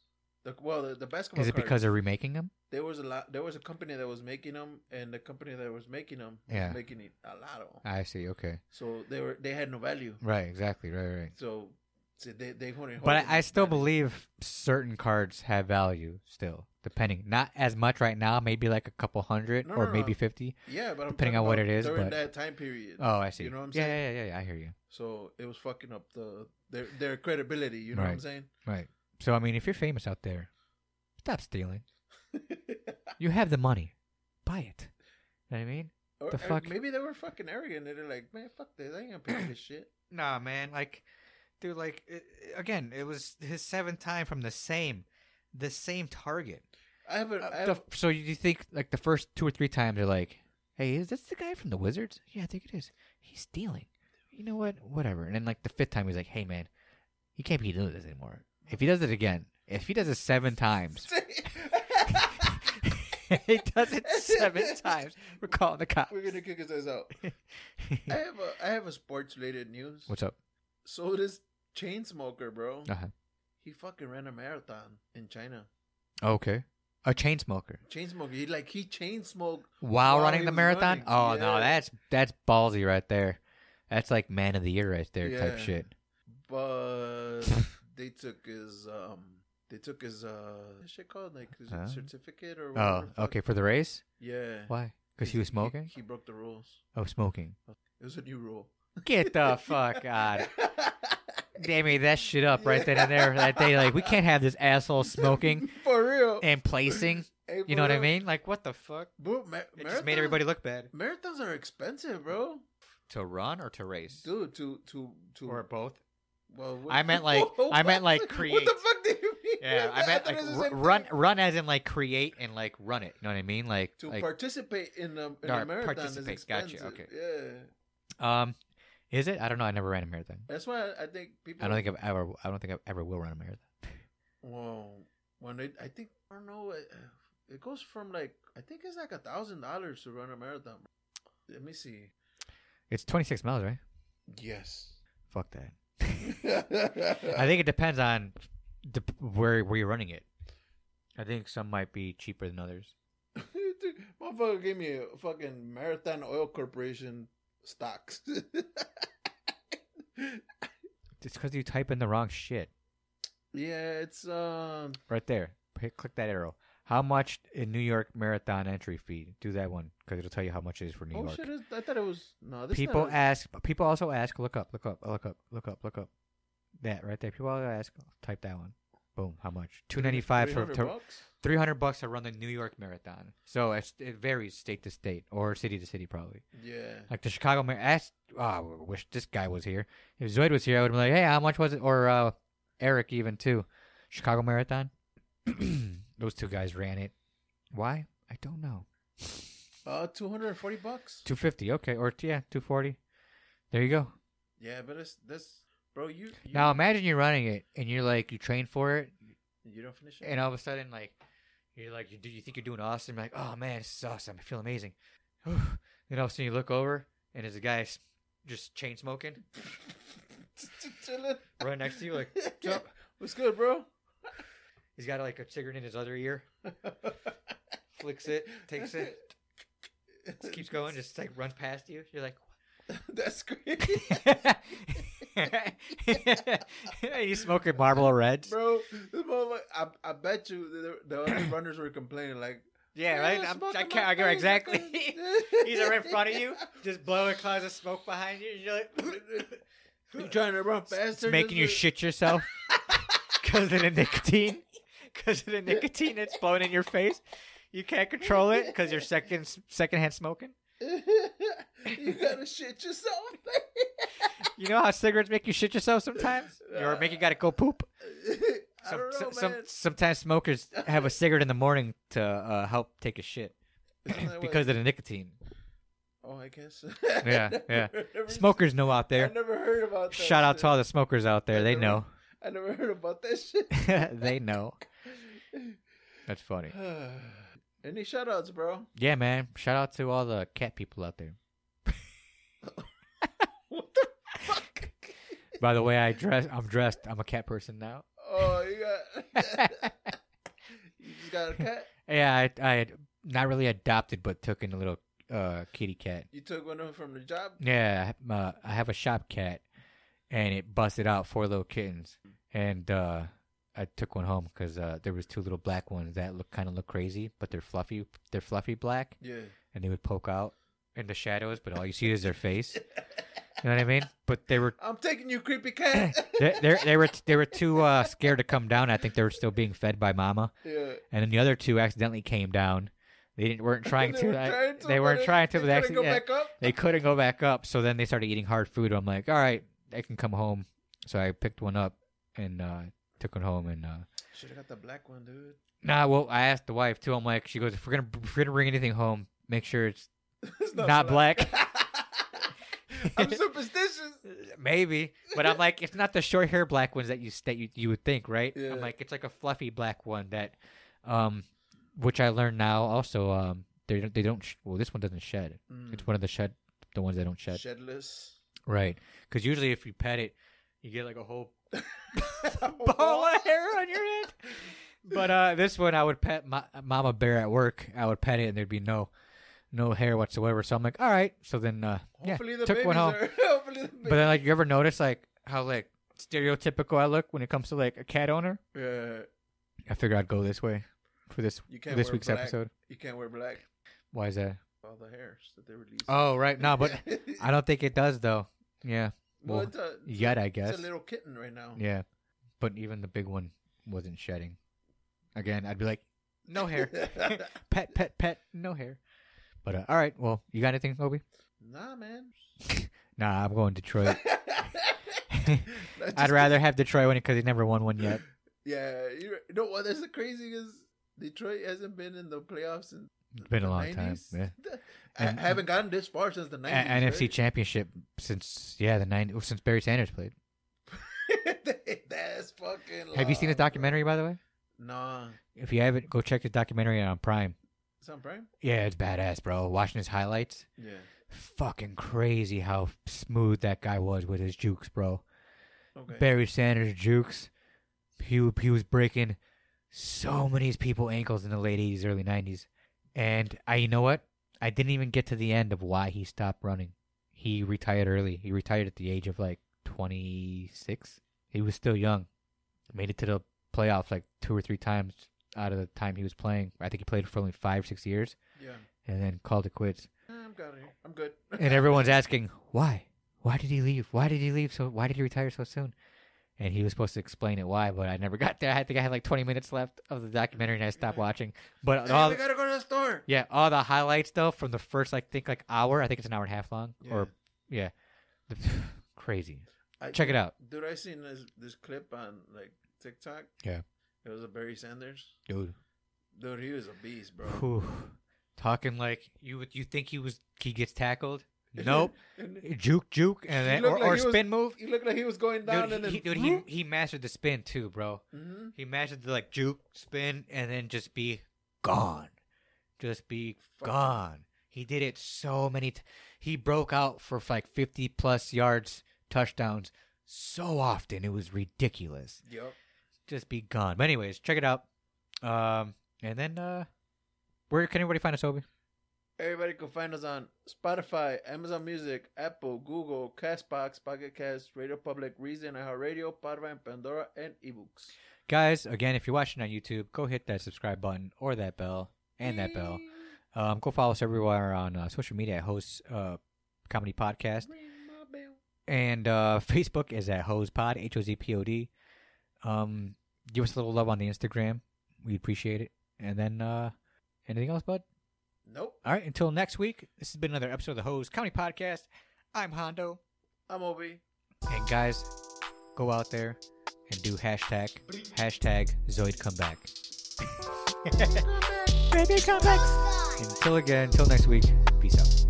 The, well, the, the basketball.
is it?
cards.
Because they're remaking them?
there was a lot? There was a company that was making them, and the company that was making them was
Yeah.
making it a lot of. 'em.
I see. Okay.
So they were they had no value.
Right. Exactly. Right. Right.
So, so they they couldn't. hold
But
it
I, I still
value.
believe certain cards have value still, depending. Not as much right now, maybe like a couple hundred
No,
or
no,
maybe
no.
fifty.
Yeah, but I'm
depending
talking
on what
about
it is,
during
but-
that time period.
Oh, I see.
You know what I'm
yeah,
saying?
Yeah, yeah, yeah. I hear you.
So it was fucking up the their their credibility. You know what I'm
Right.
saying?
Right. So I mean, if you're famous out there, stop stealing. You have the money, buy it. Know what I mean?
or,
The
or
fuck?
Maybe they were fucking arrogant. and They're like, man, fuck this. I ain't gonna pay for this shit.
Nah, man. Like, dude. Like it, again, it was his seventh time from the same, the same target.
I haven't. I
Uh,
haven't
the- so you think like the first two or three times you're like, "Hey, is this the guy from the Wizards?" Yeah, I think it is. He's stealing. You know what? Whatever. And then like the fifth time he's like, "Hey, man, he can't be doing this anymore. If he does it again, if he does it seven times, he does it seven times. We're calling the cops.
We're gonna kick his ass out. I have a I have a sports related news.
What's up?
So this chain smoker, bro,
Uh-huh.
he fucking ran a marathon in China.
Oh, Okay. A chain smoker.
Chain smoker. He like he chain smoked.
While
While
running
he
the
was
marathon?
running,
Oh no,
yeah.
that's that's ballsy right there. That's like man of the year right there
Yeah.
type shit.
but they took his um they took his uh what's that shit called like his
Huh?
certificate or whatever
Oh,
the fuck.
okay, for the race?
yeah
Why? Because he was smoking?
he, broke the rules
Oh, smoking.
it was a new rule
Get the fuck out. They made that shit up right then and there that day. Like, we can't have this asshole smoking
for real
and placing.
Hey,
You
for
know what I
real.
mean? Like, what the fuck?
Bro, ma-
It just made
marathons-
everybody look bad.
marathons are expensive bro
To run or to race?
dude to to to
Or both?
well, what-
I meant like- I meant like create.
what the fuck do you mean
Yeah, I meant
thought
like
it was the
r-
same thing.
run, run as in like create and like run it. You know what I mean? Like,
to
like
participate in a, in
No,
a marathon is
participate. Gotcha,
expensive.
okay.
Yeah,
um, is it? I don't know. I never ran a marathon.
that's why I- I think people.
I don't think I've ever. I don't think I've ever will run a marathon.
Well, when it, I think I don't know, it, it goes from like I think it's like a thousand dollars to run a marathon. Let me see.
It's twenty six miles, right?
Yes.
Fuck that. I
I
think it depends on dep where where you're running it. I think some might be cheaper than others.
Dude, motherfucker gave me a fucking Marathon Oil Corporation stocks.
It's because you type in the wrong shit
yeah, it's um.
right there. Hit, click that arrow. How much in New York Marathon entry fee? Do that one because it'll tell you how much it is for New
oh
York.
shit! it's- I thought it was no. This
people
not a-
ask. People also ask. Look up. Look up. Look up. Look up. Look up. That right there. People also ask. Type that one. Boom. How much? Two ninety five for
300 bucks?
three hundred bucks to run the New York Marathon. So it's, it varies state to state or city to city probably.
Yeah.
Like the Chicago Mar asked, oh, I wish this guy was here. If Zoid was here, I would have been like, hey, how much was it? Or uh, Eric, even too. Chicago Marathon. Those two guys ran it. Why? I don't know.
Uh, two hundred and forty bucks.
250, okay. Or, yeah, 240. There you go.
Yeah, but it's this, bro. You you,
Now imagine you're running it and you're like, you train for it,
you don't finish it.
and all of a sudden, like, you're like, you, do you think you're doing awesome? You're like, oh man, this is awesome. I feel amazing. then all of a sudden, you look over and there's a guy s- just chain smoking
Chilling.
right next to you, like, what's up?
What's good, bro?
He's got like a cigarette in his other ear. flicks it, takes it, just keeps going, just like runs past you. You're like,
That's great,
you smoking Marlboro Reds?
bro. This motherfucker, I, I bet you the, the other runners were complaining like,
yeah, right.
"Yeah,
I'm,
smoke
I
in
can't. I
my
go
face,
exactly.
fucker."
He's right in front of you, just blowing clouds of smoke behind you. and You're like,
You trying to run faster?
it's making
than
you
the-
shit yourself because of the nicotine. Because of the nicotine that's blowing in your face, you can't control it because you're second secondhand smoking.
you gotta shit yourself.
You know how cigarettes make you shit yourself sometimes, or make you gotta go poop.
I don't know,
Some- some-
man.
sometimes smokers have a cigarette in the morning to uh, help take a shit
Isn't that
because
what-
of the nicotine.
oh, I guess.
Yeah, yeah.
Never-
Smokers know out
I
there.
never heard about. That
Shout out
shit.
to all the smokers out there. They know.
I never heard about that shit.
they know. That's funny.
Any shout outs, bro?
Yeah, man. Shout out to all the cat people out there.
What the fuck?
By the way, I dress. I'm dressed. I'm a cat person now.
Oh, you got. you just got a cat?
Yeah, I, I had not really adopted, but took in a little uh, kitty cat.
You took one of them from the job?
Yeah, I- uh, I have a shop cat, and it busted out four little kittens, and uh, I took one home because uh, there was two little black ones that look kind of look crazy, but they're fluffy. They're fluffy black,
Yeah.
and they would poke out in the shadows, but all you see is their face. You know what I mean? But they were
I'm taking you, creepy cat.
they they, they were they were too uh, scared to come down. I think they were still being fed by mama,
yeah.
and then the other two accidentally came down. They didn't weren't trying
They
to.
were
I-
trying to,
they
but
weren't
they-
trying to.
they
but
couldn't
actually,
go
yeah,
back up?
they couldn't go back up. So then they started eating hard food. I'm like, all right, I can come home. So I picked one up and uh, took one home. And uh,
Should have got the black one, dude.
nah, well, I asked the wife too. I'm like, she goes, if we're gonna if we're gonna bring anything home, make sure it's
It's
not, black.
I'm superstitious.
Maybe, but I'm like, it's not the short hair black ones that you that you, you would think, right?
Yeah.
I'm like, it's like a fluffy black one that, um, which I learned now. Also, um, they don't- they don't. Sh- well, this one doesn't shed.
Mm.
It's one of the shed, the ones that don't shed.
Shedless.
Right, because usually if you pet it, you get like a whole
Oh,
ball of hair on your head. But uh, this one, I would pet my, Mama Bear at work. I would pet it, and there'd be no, no hair whatsoever. So I'm like, all right. So then, uh, yeah,
Hopefully the
took
babies
one home.
are. Hopefully the
But uh, then, like, you ever notice like how like stereotypical I look when it comes to like a cat owner?
ba- Uh,
I figure I'd go this way for this
You can't
this
wear
week's
black.
episode.
You can't wear black.
Why is that?
All the hairs that they release.
Oh, right. No, but I don't think it does though. Yeah,
No,
well,
it's a, uh, it's
yet
a-
I guess.
It's a little kitten right now.
Yeah, but even the big one wasn't shedding. Again, I'd be like, no hair, pet, pet, pet, no hair. But uh, all right, well, you got anything, Obi?
Nah, man.
Nah, I'm going Detroit. I'd rather have Detroit win it because they never won one yet.
Yeah, you you know what? That's the crazy is Detroit hasn't been in the playoffs in
It's been a
the
long time.
90s.
Yeah.
I
And-
haven't gotten this far since the nineties.
A- NFC Championship since yeah the nine since Barry Sanders played.
That's fucking.
Have you seen his
long,
documentary by the way?
bro. Nah,
If you haven't, go check his documentary on Prime.
it's on Prime.
Yeah, it's badass, bro. Watching his highlights,
Yeah.
fucking crazy how smooth that guy was with his jukes, bro.
Okay.
Barry Sanders jukes. He w- he was breaking so many people ankles in the late eighties, early nineties, and I you know what? I didn't even get to the end of why he stopped running. He retired early. He retired at the age of like twenty six. He was still young. Made it to the playoffs like two or three times out of the time he was playing. I think he played for only five six years,
Yeah. Oh.
and then called it quits.
I'm got it. I'm good.
And everyone's asking, why? Why did he leave? Why did he leave? So why did he retire so soon? And he was supposed to explain it why, but I never got there. I think I had like 20 minutes left of the documentary, and I stopped watching. But
Hey,
all,
we gotta go to the store.
yeah, all the highlights though from the first, like think like hour. I think it's an hour and a half long, or yeah, crazy.
I-
Check it out,
Dude, I seen this this clip on like TikTok.
Yeah.
It was a Barry Sanders.
dude.
Dude, he was a beast, bro.
Talking like you you think he was he gets tackled? Nope. juke, juke, and then,
looked
or,
like
or
he was
spin move.
He looked like he was going down, hmm?
Dude,
and
he,
then
he, dude, he, he mastered the spin too, bro.
Mhm.
He mastered the like juke spin and then just be gone, just be gone. He did it so many. T- he broke out for like fifty plus yards touchdowns so often it was ridiculous.
Yup.
Just be gone. But anyways, check it out. Um, and then uh, where can everybody find us, Obi?
Everybody can find us on Spotify, Amazon Music, Apple, Google, Castbox, Pocket Cast, Radio Public, Reason, iHeartRadio, Podvine, Pandora, and eBooks.
Guys, again, if you're watching on YouTube, go hit that subscribe button or that bell and that bell. Um, go follow us everywhere on uh, social media at Host uh, Comedy Podcast. And uh, Facebook is at Hose Pod, H O Z P O D. Um, give us a little love on the Instagram. We appreciate it. And then uh, anything else, bud?
Nope,
All right, until next week, this has been another episode of the Hose Comedy Podcast. I'm Hondo.
I'm Obi.
And guys, go out there and do hashtag, hashtag Zoid come back. Baby come back. Until again, until next week, peace out.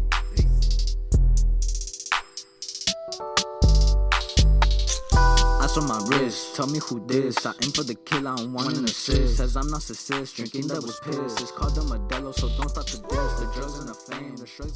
Ice on my wrist, tell me who this. I aim for the kill, I don't want an assist. Says I'm narcissist, drinking that was piss. It's called the Modelo, so don't stop to diss. The drugs and the fame, the shrugs. and-